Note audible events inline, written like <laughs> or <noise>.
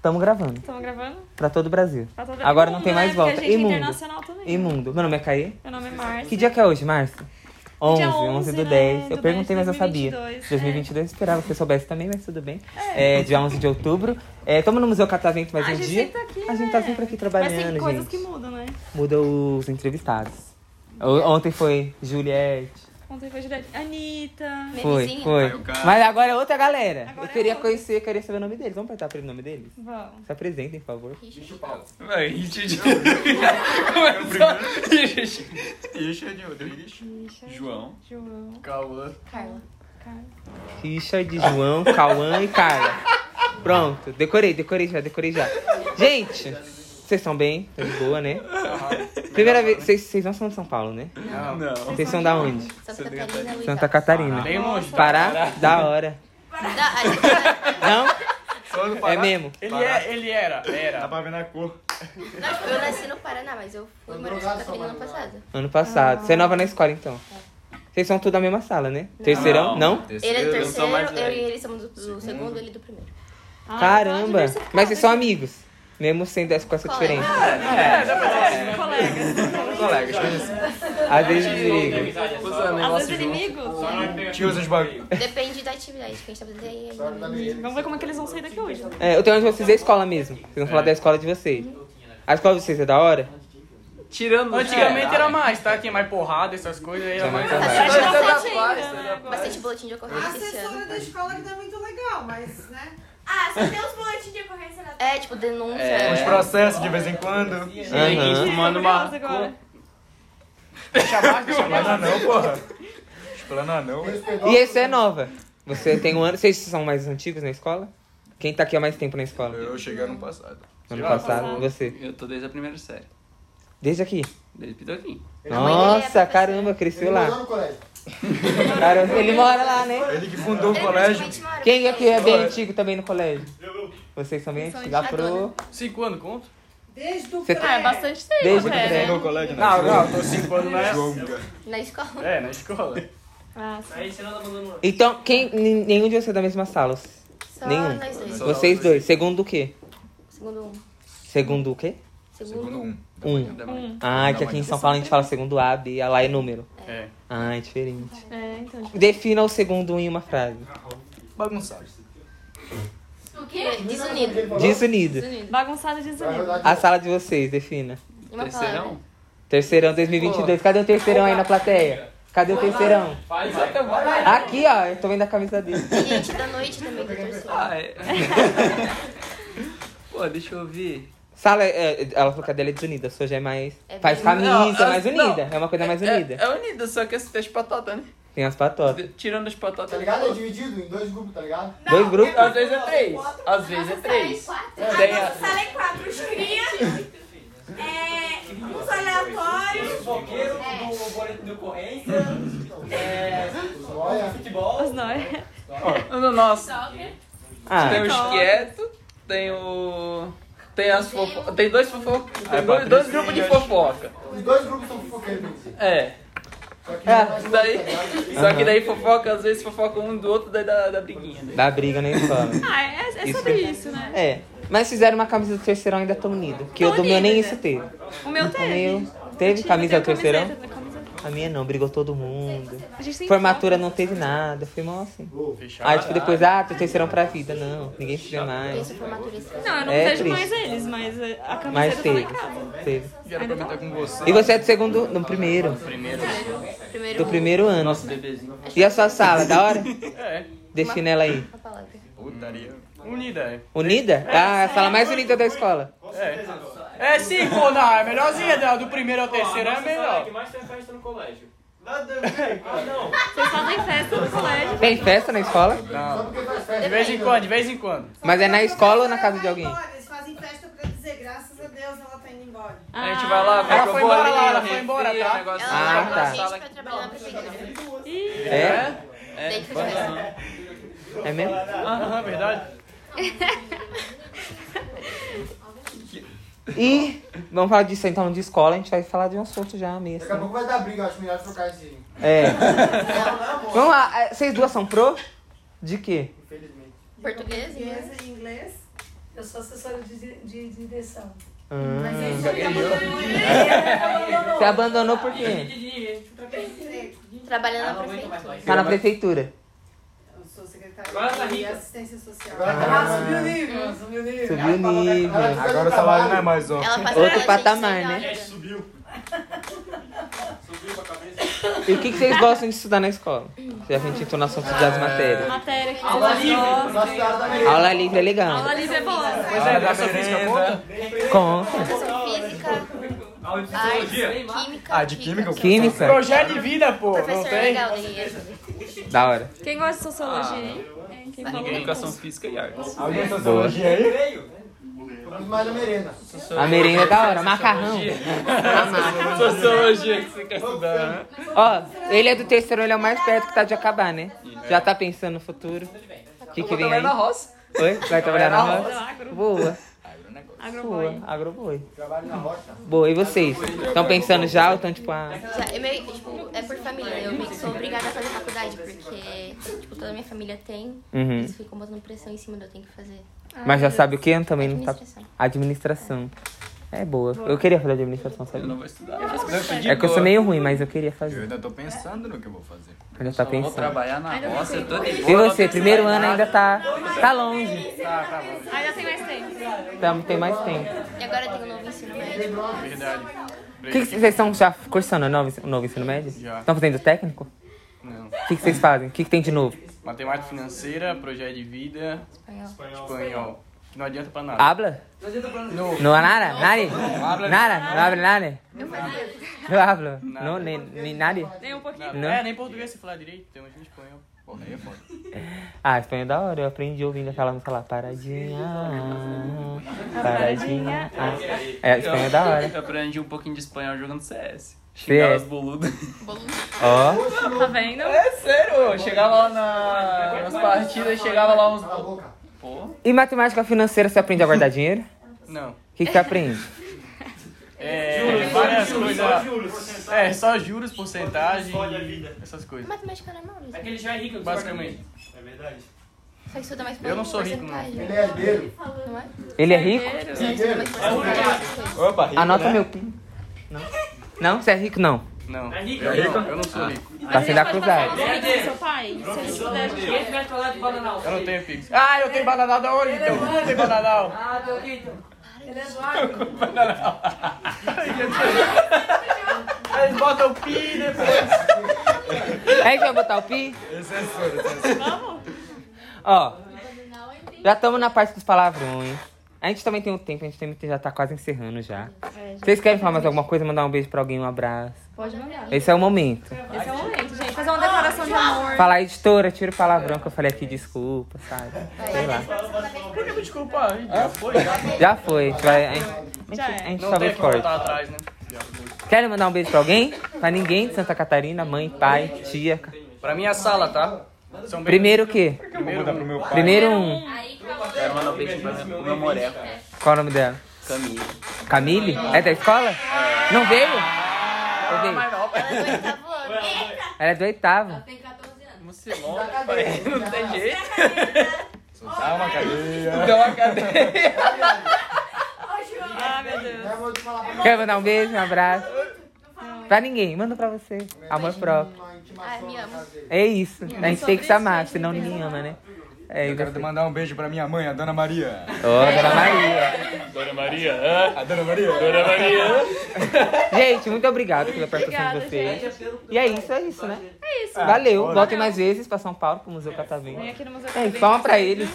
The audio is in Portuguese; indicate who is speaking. Speaker 1: Tamo gravando.
Speaker 2: Estamos gravando?
Speaker 1: Pra todo o Brasil.
Speaker 2: Tá todo-
Speaker 1: Agora
Speaker 2: E
Speaker 1: não
Speaker 2: mundo,
Speaker 1: tem
Speaker 2: né?
Speaker 1: mais
Speaker 2: Porque
Speaker 1: volta.
Speaker 2: A gente é
Speaker 1: Imundo.
Speaker 2: internacional também.
Speaker 1: Imundo. Meu nome é Caí.
Speaker 2: Meu nome é Márcia.
Speaker 1: Que dia que é hoje, Márcio? 11, 11,
Speaker 2: 11
Speaker 1: do
Speaker 2: né,
Speaker 1: 10. eu
Speaker 2: do
Speaker 1: perguntei,
Speaker 2: 10,
Speaker 1: mas eu sabia.
Speaker 2: 2022, é.
Speaker 1: 2022 eu esperava que eu soubesse também, mas tudo bem. É. dia 11 de outubro. É, tamo no Museu Catavento mais
Speaker 2: a
Speaker 1: um
Speaker 2: gente
Speaker 1: dia.
Speaker 2: sempre tá aqui,
Speaker 1: a gente
Speaker 2: né?
Speaker 1: tá sempre aqui trabalhando,
Speaker 2: Mas tem coisas
Speaker 1: gente.
Speaker 2: que mudam, né?
Speaker 1: Muda os entrevistados. O- Ontem foi Juliette.
Speaker 2: Ontem foi Juliette. Anitta.
Speaker 1: Foi,
Speaker 3: Memezinho?
Speaker 1: foi.
Speaker 3: Vai, o cara.
Speaker 1: Mas agora é outra galera.
Speaker 2: Agora
Speaker 1: eu
Speaker 2: é
Speaker 1: queria
Speaker 2: outra.
Speaker 1: conhecer, queria saber o nome deles. Vamos perguntar pra ele o nome deles?
Speaker 2: Vamos.
Speaker 1: Se apresentem, por
Speaker 3: <laughs>
Speaker 1: favor.
Speaker 3: Richard Paulo.
Speaker 4: Vai, <laughs> Richard.
Speaker 3: É
Speaker 4: Começou. Richard.
Speaker 3: Richard Rodrigues.
Speaker 4: João.
Speaker 2: João.
Speaker 3: Cauã.
Speaker 2: Carla.
Speaker 1: Richard, João, Cauã e Carla. Pronto, decorei, decorei já, decorei já. Gente, vocês estão bem? Tá de boa, né? Primeira vez, vocês, vocês não são de São Paulo, né?
Speaker 5: Ah,
Speaker 3: Não.
Speaker 4: Não.
Speaker 1: Vocês são da onde?
Speaker 3: Santa
Speaker 4: Santa
Speaker 3: Catarina, Luiz
Speaker 1: Santa
Speaker 3: Alves.
Speaker 1: Catarina.
Speaker 4: Bem longe.
Speaker 1: Pará? Da hora.
Speaker 3: Da- a gente-
Speaker 1: Não?
Speaker 3: Só no
Speaker 1: É
Speaker 3: Pará?
Speaker 1: mesmo.
Speaker 4: Ele, é, ele era, era.
Speaker 5: pra ver na cor.
Speaker 3: Não, tipo, eu nasci no Paraná, mas eu fui morar em Santa Catarina ano passado.
Speaker 1: Ano passado. Você é nova na escola, então? Vocês são tudo da mesma sala, né?
Speaker 5: Ah,
Speaker 1: Terceirão? Não?
Speaker 3: Ele é do
Speaker 4: Eu
Speaker 3: terceiro,
Speaker 4: sou mais
Speaker 3: eu e
Speaker 4: velho.
Speaker 3: ele somos do, do segundo, ele do primeiro.
Speaker 2: Ah,
Speaker 1: Caramba!
Speaker 2: tá diversificado,
Speaker 1: Mas vocês são
Speaker 2: hein?
Speaker 1: amigos? Mesmo sendo essa- com essa
Speaker 3: Colega.
Speaker 1: diferença.
Speaker 2: Colegas.
Speaker 4: Colegas.
Speaker 1: Às vezes digo.
Speaker 2: Às vezes inimigos.
Speaker 5: Tios os bagulho.
Speaker 3: Depende da atividade que a gente tá fazendo aí. aí-
Speaker 2: Vamos ver como é que eles vão sair daqui hoje. né?
Speaker 1: É, eu tenho onde vocês é escola mesmo. Vocês vão falar da escola de vocês. A escola de vocês é da hora?
Speaker 4: Tirando
Speaker 6: É,
Speaker 4: Antigamente era mais, tá? Tinha mais porrada, essas coisas. Era
Speaker 1: é
Speaker 4: mais...
Speaker 2: Acho que
Speaker 3: Bastante-
Speaker 2: não sente ainda, né, agora.
Speaker 3: Bastante boletim de
Speaker 7: A
Speaker 3: ocorrência esse
Speaker 7: assessora
Speaker 3: ano.
Speaker 7: da escola que tá muito legal, mas, né?
Speaker 8: Ah, só tem os boletins de ocorrência na
Speaker 3: É, tipo, denúncia.
Speaker 4: É.
Speaker 5: Uns processos de vez em quando.
Speaker 1: Aham.
Speaker 2: Gente,
Speaker 4: Manda
Speaker 2: tô
Speaker 4: uma-
Speaker 2: curiosa agora.
Speaker 4: Deixa abaixo, deixa
Speaker 5: Explana não, porra. Explana não.
Speaker 1: E esse é nova. Você tem um ano. Vocês são mais antigos na escola? Quem tá aqui há mais tempo na escola?
Speaker 5: Eu cheguei ano passado.
Speaker 1: Ano passado,
Speaker 2: passado.
Speaker 1: você.
Speaker 6: Eu tô desde a primeira série,
Speaker 1: Desde aqui.
Speaker 6: desde Pitoquim.
Speaker 1: Nossa, caramba, cresceu lá. <laughs> Caramba, ele mora lá, né?
Speaker 5: Ele que fundou o
Speaker 3: Ele
Speaker 5: colégio.
Speaker 3: praticamente mora
Speaker 1: Quem aqui é
Speaker 3: com
Speaker 1: bem antigo também no colégio? Vocês são bem antigos. A pro.
Speaker 4: Cinco anos, conto?
Speaker 7: Desde o
Speaker 1: Você
Speaker 7: pré.
Speaker 1: tá-
Speaker 2: Ah, é bastante tempo,
Speaker 1: Desde o
Speaker 2: é,
Speaker 1: pré.
Speaker 2: né?
Speaker 5: o colégio, é?
Speaker 4: Não, não, tô assim. cinco anos na...
Speaker 5: Jonga.
Speaker 3: ele Na escola.
Speaker 4: É, na escola.
Speaker 2: Ah, sim.
Speaker 1: Então, quem, nin- nenhum de vocês é da mesma sala?
Speaker 3: Só
Speaker 1: Nenhum.
Speaker 3: nós dois.
Speaker 5: Só
Speaker 1: Vocês
Speaker 5: nós dois.
Speaker 1: dois. Segundo o quê?
Speaker 3: Segundo um.
Speaker 1: Segundo o quê?
Speaker 3: Segundo
Speaker 5: Segundo um.
Speaker 1: Um.
Speaker 6: Da manhã.
Speaker 1: Ah, é que aqui em São Paulo a gente fala segundo A, B, A lá é número.
Speaker 4: É.
Speaker 1: Ah, é diferente.
Speaker 2: É, então. tipo,
Speaker 1: Defina o segundo um em uma frase.
Speaker 5: Bagunçado.
Speaker 8: O quê?
Speaker 3: um. Desunido.
Speaker 1: Desunido.
Speaker 3: Desunido.
Speaker 2: Bagunçada e desunida.
Speaker 1: A sala de vocês, defina.
Speaker 3: Em Uma palavra.
Speaker 6: Terceirão?
Speaker 1: Terceirão 2022. Cadê o terceirão aí na plateia? Cadê o terceirão? Aqui, ó. Eu tô vendo a camisa dele.
Speaker 3: E gente da noite também do terceiro.
Speaker 6: Ah, é. Pô, deixa eu ver.
Speaker 1: Sala, é, ela falou que a dela é desunida. A sua já é mais...
Speaker 3: É
Speaker 1: Faz
Speaker 3: bem-
Speaker 1: camisa,
Speaker 6: Não, eu-
Speaker 1: mais unida. É uma coisa mais
Speaker 6: É,
Speaker 1: unida.
Speaker 6: é unida, só que essa tem as patatas, né?
Speaker 1: Tem as patotas.
Speaker 6: De- Tirando as patatas.
Speaker 9: Tá ligado? É dividido em dois grupos, tá ligado?
Speaker 1: Dois grupos.
Speaker 6: Às vezes é três, às vezes é três. Tem
Speaker 8: Nossa
Speaker 6: a...
Speaker 8: sala é quatro, os cria, é, uns aleatórios, É.
Speaker 1: É,
Speaker 9: Olha,
Speaker 2: Os nós.
Speaker 6: No nosso,
Speaker 1: Ah,
Speaker 6: tem os quietos, tem o... Tem as fofo... Tem dois fofo... Tem dois, dois grupos de fofoca.
Speaker 9: os dois grupos são fofoqueiros.
Speaker 6: É.
Speaker 9: Só que
Speaker 1: É,
Speaker 9: um mais
Speaker 6: Daí...
Speaker 9: outro, tá ligado?
Speaker 6: Só que daí fofoca, às vezes fofoca um do outro, daí dá, dá briguinha. né?
Speaker 1: dá briga na escola.
Speaker 2: Ah, é, é
Speaker 1: Isso
Speaker 2: sobre isso, né?
Speaker 1: É. Mas fizeram uma camisa do terceirão ainda tão unida. Que
Speaker 2: Tão
Speaker 1: eu do meu nem
Speaker 2: unida.
Speaker 1: isso teve.
Speaker 2: O meu
Speaker 1: O meu
Speaker 2: É, teve.
Speaker 1: teve
Speaker 2: Eu
Speaker 1: camisa do
Speaker 2: tenho
Speaker 1: terceirão?
Speaker 2: camiseta, camiseta.
Speaker 1: A minha não, brigou todo mundo.
Speaker 2: A gente tem
Speaker 1: Formatura
Speaker 2: foto.
Speaker 1: não teve nada, foi mal assim. Aí, tipo, depois, ah, tu terceirão pra vida. Não, ninguém se vê mais.
Speaker 3: Isso foi maturista.
Speaker 2: Não, eu não
Speaker 1: É
Speaker 2: vejo
Speaker 1: triste.
Speaker 2: mais eles, mas eh, a camiseta
Speaker 1: Mas
Speaker 2: tá lá em
Speaker 1: teve,
Speaker 2: casa.
Speaker 1: teve.
Speaker 4: Quero comentar com você.
Speaker 1: E você é do segundo, no primeiro,
Speaker 3: Primeiro
Speaker 1: do
Speaker 3: um.
Speaker 1: primeiro ano.
Speaker 6: Nosso bebezinho.
Speaker 1: E a sua sala, da hora?
Speaker 4: É,
Speaker 1: Defina ela aí.
Speaker 3: Uma palavra.
Speaker 5: Putaria.
Speaker 4: unida, é.
Speaker 1: Unida? Ah, a sala mais unida da escola.
Speaker 4: É sim, pô, não, é melhorzinha dela. Do primeiro ao terceiro é melhor.
Speaker 2: Vocês fazem Tá festa no colégio.
Speaker 1: Tem festa na escola?
Speaker 9: Só porque faz festa.
Speaker 4: De vez em quando, de vez em quando.
Speaker 1: Mas é na escola ou na casa de alguém?
Speaker 7: Eles fazem festa pra dizer, graças a Deus ela tá indo embora.
Speaker 6: A gente vai lá, vai
Speaker 4: Ela
Speaker 6: pro
Speaker 4: foi embora
Speaker 6: bolinho,
Speaker 4: lá, ela foi
Speaker 6: refri,
Speaker 4: embora, tá?
Speaker 6: negócio
Speaker 3: Ela
Speaker 1: Ah,
Speaker 3: leva
Speaker 1: tá.
Speaker 3: a gente pra trabalhar na prefeitura.
Speaker 1: É?
Speaker 3: Daí que faz festa.
Speaker 1: É mesmo?
Speaker 4: Aham, verdade.
Speaker 1: E Vamos falar disso então de escola, a gente vai falar de um assunto já mesmo.
Speaker 9: Daqui a pouco vai dar briga, eu acho melhor trocar esse. <laughs>
Speaker 1: É.
Speaker 9: Não, não é amor.
Speaker 1: Vamos lá, é, vocês duas são pro? De quê?
Speaker 9: Infelizmente.
Speaker 3: Português, né?
Speaker 7: Português e é inglês.
Speaker 10: Eu sou assessora de, de, de direção. é
Speaker 1: Ah, você
Speaker 10: Você
Speaker 1: abandonou por quê?
Speaker 3: Trabalhando na prefeitura.
Speaker 1: Tá na prefeitura.
Speaker 7: Eu sou
Speaker 6: Agora tá
Speaker 7: secretária de
Speaker 6: rica.
Speaker 7: assistência social.
Speaker 9: Agora tá
Speaker 10: Ah,
Speaker 9: rica.
Speaker 10: subiu o nível, subiu o nível.
Speaker 1: Subiu o nível.
Speaker 5: Agora o salário não é mais um.
Speaker 3: Ela passa
Speaker 1: Outro
Speaker 3: a gente
Speaker 1: patamar,
Speaker 3: sem
Speaker 1: né?
Speaker 3: nada.
Speaker 9: tá
Speaker 1: E o que, que vocês gostam de estudar na escola? Já a gente entrou no assunto das matérias.
Speaker 2: Matéria que vocês
Speaker 6: Aula livre.
Speaker 2: gostam.
Speaker 9: Nossa senhora da Merenda.
Speaker 1: Aula livre é legal.
Speaker 2: Aula livre é boa.
Speaker 4: Pois é,
Speaker 5: Aula da
Speaker 4: essa física
Speaker 5: merenda.
Speaker 4: conta?
Speaker 1: Conta.
Speaker 3: Educação física,
Speaker 6: Aula de
Speaker 3: arte,
Speaker 6: psicologia.
Speaker 3: química.
Speaker 5: Ah, de química? eu-
Speaker 1: Química?
Speaker 4: Projeto Ah. é de vida, pô, não
Speaker 3: Professor é
Speaker 4: tem?
Speaker 3: legal né? daí.
Speaker 1: Da hora.
Speaker 2: Quem gosta de
Speaker 6: Ah.
Speaker 2: sociologia, hein? Hein? Quem falou?
Speaker 4: é
Speaker 6: Educação física e arte.
Speaker 5: Alguém tem sociologia aí?
Speaker 9: Vamos mais na merenda.
Speaker 1: A merenda é da hora. Macarrão.
Speaker 6: Sociologia que você quer estudar, né?
Speaker 1: Ó, ele é do terceiro, ele é o mais perto que tá de acabar, né? Já tá pensando no futuro. O que, que
Speaker 6: Eu
Speaker 1: vem
Speaker 6: trabalho
Speaker 1: aí?
Speaker 6: na roça.
Speaker 1: Oi? Vai trabalhar na roça?
Speaker 2: Agro.
Speaker 1: Boa.
Speaker 2: Agroboy.
Speaker 1: Boa. Agroboi.
Speaker 9: Trabalho na rocha.
Speaker 1: Boa, e vocês? Estão pensando já ou estão tipo, ah,
Speaker 3: Já, é meio, que, tipo, é por família. Eu meio que sou obrigada a fazer faculdade, porque tipo, toda a minha família tem.
Speaker 1: Uhum.
Speaker 3: Eles ficam botando pressão em cima do eu tenho que fazer.
Speaker 1: mas já sabe o que? Eu também não tá.
Speaker 3: Administração.
Speaker 1: Administração. É boa. Eu queria fazer administração, sabe?
Speaker 6: Eu não vou estudar.
Speaker 1: É que eu sou meio ruim, mas eu queria
Speaker 5: Eu
Speaker 1: fazer.
Speaker 5: ainda tô pensando no que eu vou fazer.
Speaker 1: Eu já tá
Speaker 6: Eu vou
Speaker 1: pensando.
Speaker 6: trabalhar na roça, eu tô de
Speaker 1: E
Speaker 6: boa.
Speaker 1: você, primeiro ano ainda tá. Tá longe.
Speaker 2: Ainda tem mais tempo.
Speaker 1: Tá, tem mais tempo.
Speaker 3: E agora tem o novo ensino médio.
Speaker 5: Verdade.
Speaker 1: O que, que vocês estão já cursando o novo, o novo ensino médio?
Speaker 5: Já.
Speaker 1: Estão fazendo técnico?
Speaker 5: Não.
Speaker 1: O que, que vocês fazem? O que, que tem de novo?
Speaker 5: Matemática financeira, projeto de vida, espanhol. Que não adianta pra nada.
Speaker 1: Habla?
Speaker 6: Ah.
Speaker 1: Não há nada? Nari? Nada? Não habla nada? Não hablo. Não, nem, nem nada?
Speaker 2: Nem um pouquinho.
Speaker 1: Não?
Speaker 4: É, nem português se falar direito, tem um monte de espanhol.
Speaker 5: Porra, aí é foda.
Speaker 1: Ah, espanhol é da hora. Eu aprendi ouvindo aquela música lá. Paradinha. Paradinha. ah. É, espanhol é da hora.
Speaker 6: Eu aprendi um pouquinho de espanhol jogando CS.
Speaker 1: Sim.
Speaker 6: Xingar os boludos.
Speaker 1: Ó.
Speaker 2: Tá vendo?
Speaker 6: É sério, eu chegava lá na- nas partidas, chegava lá uns. <laughs>
Speaker 9: Cala a boca.
Speaker 6: Pô,
Speaker 1: E matemática financeira, você aprende a guardar dinheiro?
Speaker 5: Não.
Speaker 1: O que, que você aprende?
Speaker 4: É, várias coisas. É, só juros, porcentagem, essas coisas.
Speaker 3: Matemática normal, né?
Speaker 6: aquele já é rico,
Speaker 4: Basicamente.
Speaker 3: Só estuda mais
Speaker 4: Eu não sou rico, não.
Speaker 3: porcentagem,
Speaker 9: Ele é herdeiro.
Speaker 3: Não é?
Speaker 1: Ele é rico?
Speaker 3: Só estuda mais porcentagem. essas coisas.
Speaker 5: Opa, rico,
Speaker 1: Anota
Speaker 5: né?
Speaker 1: meu PIN. Não? Não? Você é rico? Não.
Speaker 5: Não.
Speaker 6: É rico?
Speaker 5: Eu, rico? eu não sou rico.
Speaker 1: Tá sendo acusado.
Speaker 2: Você seu pai? Se ele puder,
Speaker 6: Quem vai falar de bananal?
Speaker 4: Eu não tenho fixo. Ah, eu tenho bananal da onde então? Eu tenho bananal.
Speaker 10: é um Ah, deu Vitor. Ele é Eduardo.
Speaker 4: Eles botam o pi depois.
Speaker 1: Aí vai botar o PIN? Ó, já estamos na parte dos palavrões. A gente também tem um tempo, a gente também já tá quase encerrando já. Vocês querem falar mais alguma coisa? Mandar um beijo pra alguém, um abraço.
Speaker 2: Pode mandar.
Speaker 1: Esse é o momento.
Speaker 2: Esse é o momento, gente. Fazer uma declaração de amor.
Speaker 1: Fala, editora, tira o palavrão que eu falei aqui, desculpa, sabe? Sei lá.
Speaker 4: Por que me desculpa? Ih, Já foi, já foi.
Speaker 1: Já foi, a gente vai. A gente, a gente-
Speaker 2: Já é.
Speaker 1: a gente
Speaker 4: Não tem
Speaker 1: talvez
Speaker 4: que voltar
Speaker 1: corte.
Speaker 4: atrás, né?
Speaker 1: Querem mandar um beijo pra alguém? Pra ninguém de Santa Catarina, mãe, pai, tia. ca-
Speaker 4: Pra minha sala, tá? São bem-
Speaker 1: Primeiro o quê?
Speaker 5: Primeiro pro meu pai.
Speaker 1: Primeiro um.
Speaker 6: Quero mandar um beijo pra pro meu moreco,
Speaker 1: Qual é o nome dela?
Speaker 6: Camille.
Speaker 1: Camille? É da escola? Não veio? Ou veio?
Speaker 3: Ela é do oitavo ano.
Speaker 1: Ela é do oitavo.
Speaker 10: Tem 14 anos.
Speaker 6: Você não tem jeito.
Speaker 5: Dá uma cadeia.
Speaker 6: Deu uma cadeia.
Speaker 2: Ah, meu Deus.
Speaker 9: Não é amor de falar pra
Speaker 1: Quer mandar um beijo, um abraço? Pra ninguém, manda pra você. Amor próprio.
Speaker 9: uma
Speaker 3: Ai,
Speaker 9: intimação
Speaker 3: Ah, me
Speaker 9: na
Speaker 3: ama.
Speaker 9: casa dele.
Speaker 1: É isso. A gente tem que se amar,
Speaker 2: isso, a gente
Speaker 1: senão
Speaker 2: tem que
Speaker 1: ninguém
Speaker 2: se
Speaker 1: ama,
Speaker 2: amar.
Speaker 1: né? É
Speaker 5: Eu
Speaker 1: isso.
Speaker 5: quero mandar um beijo pra minha mãe, a Dona Maria.
Speaker 1: Ô, Dona Maria.
Speaker 5: Dona Maria, A Dona Maria. Dona Maria.
Speaker 1: Gente, muito obrigado pela participação de
Speaker 2: Obrigada,
Speaker 1: vocês.
Speaker 2: gente.
Speaker 1: E é isso, é isso, né?
Speaker 2: É isso.
Speaker 1: Valeu.
Speaker 5: Ah, bora.
Speaker 1: Voltem mais vezes pra São Paulo, pro Museu
Speaker 2: Vem
Speaker 1: Catavento.
Speaker 2: aqui no Museu
Speaker 1: É,
Speaker 2: Catavento.
Speaker 1: palma pra eles.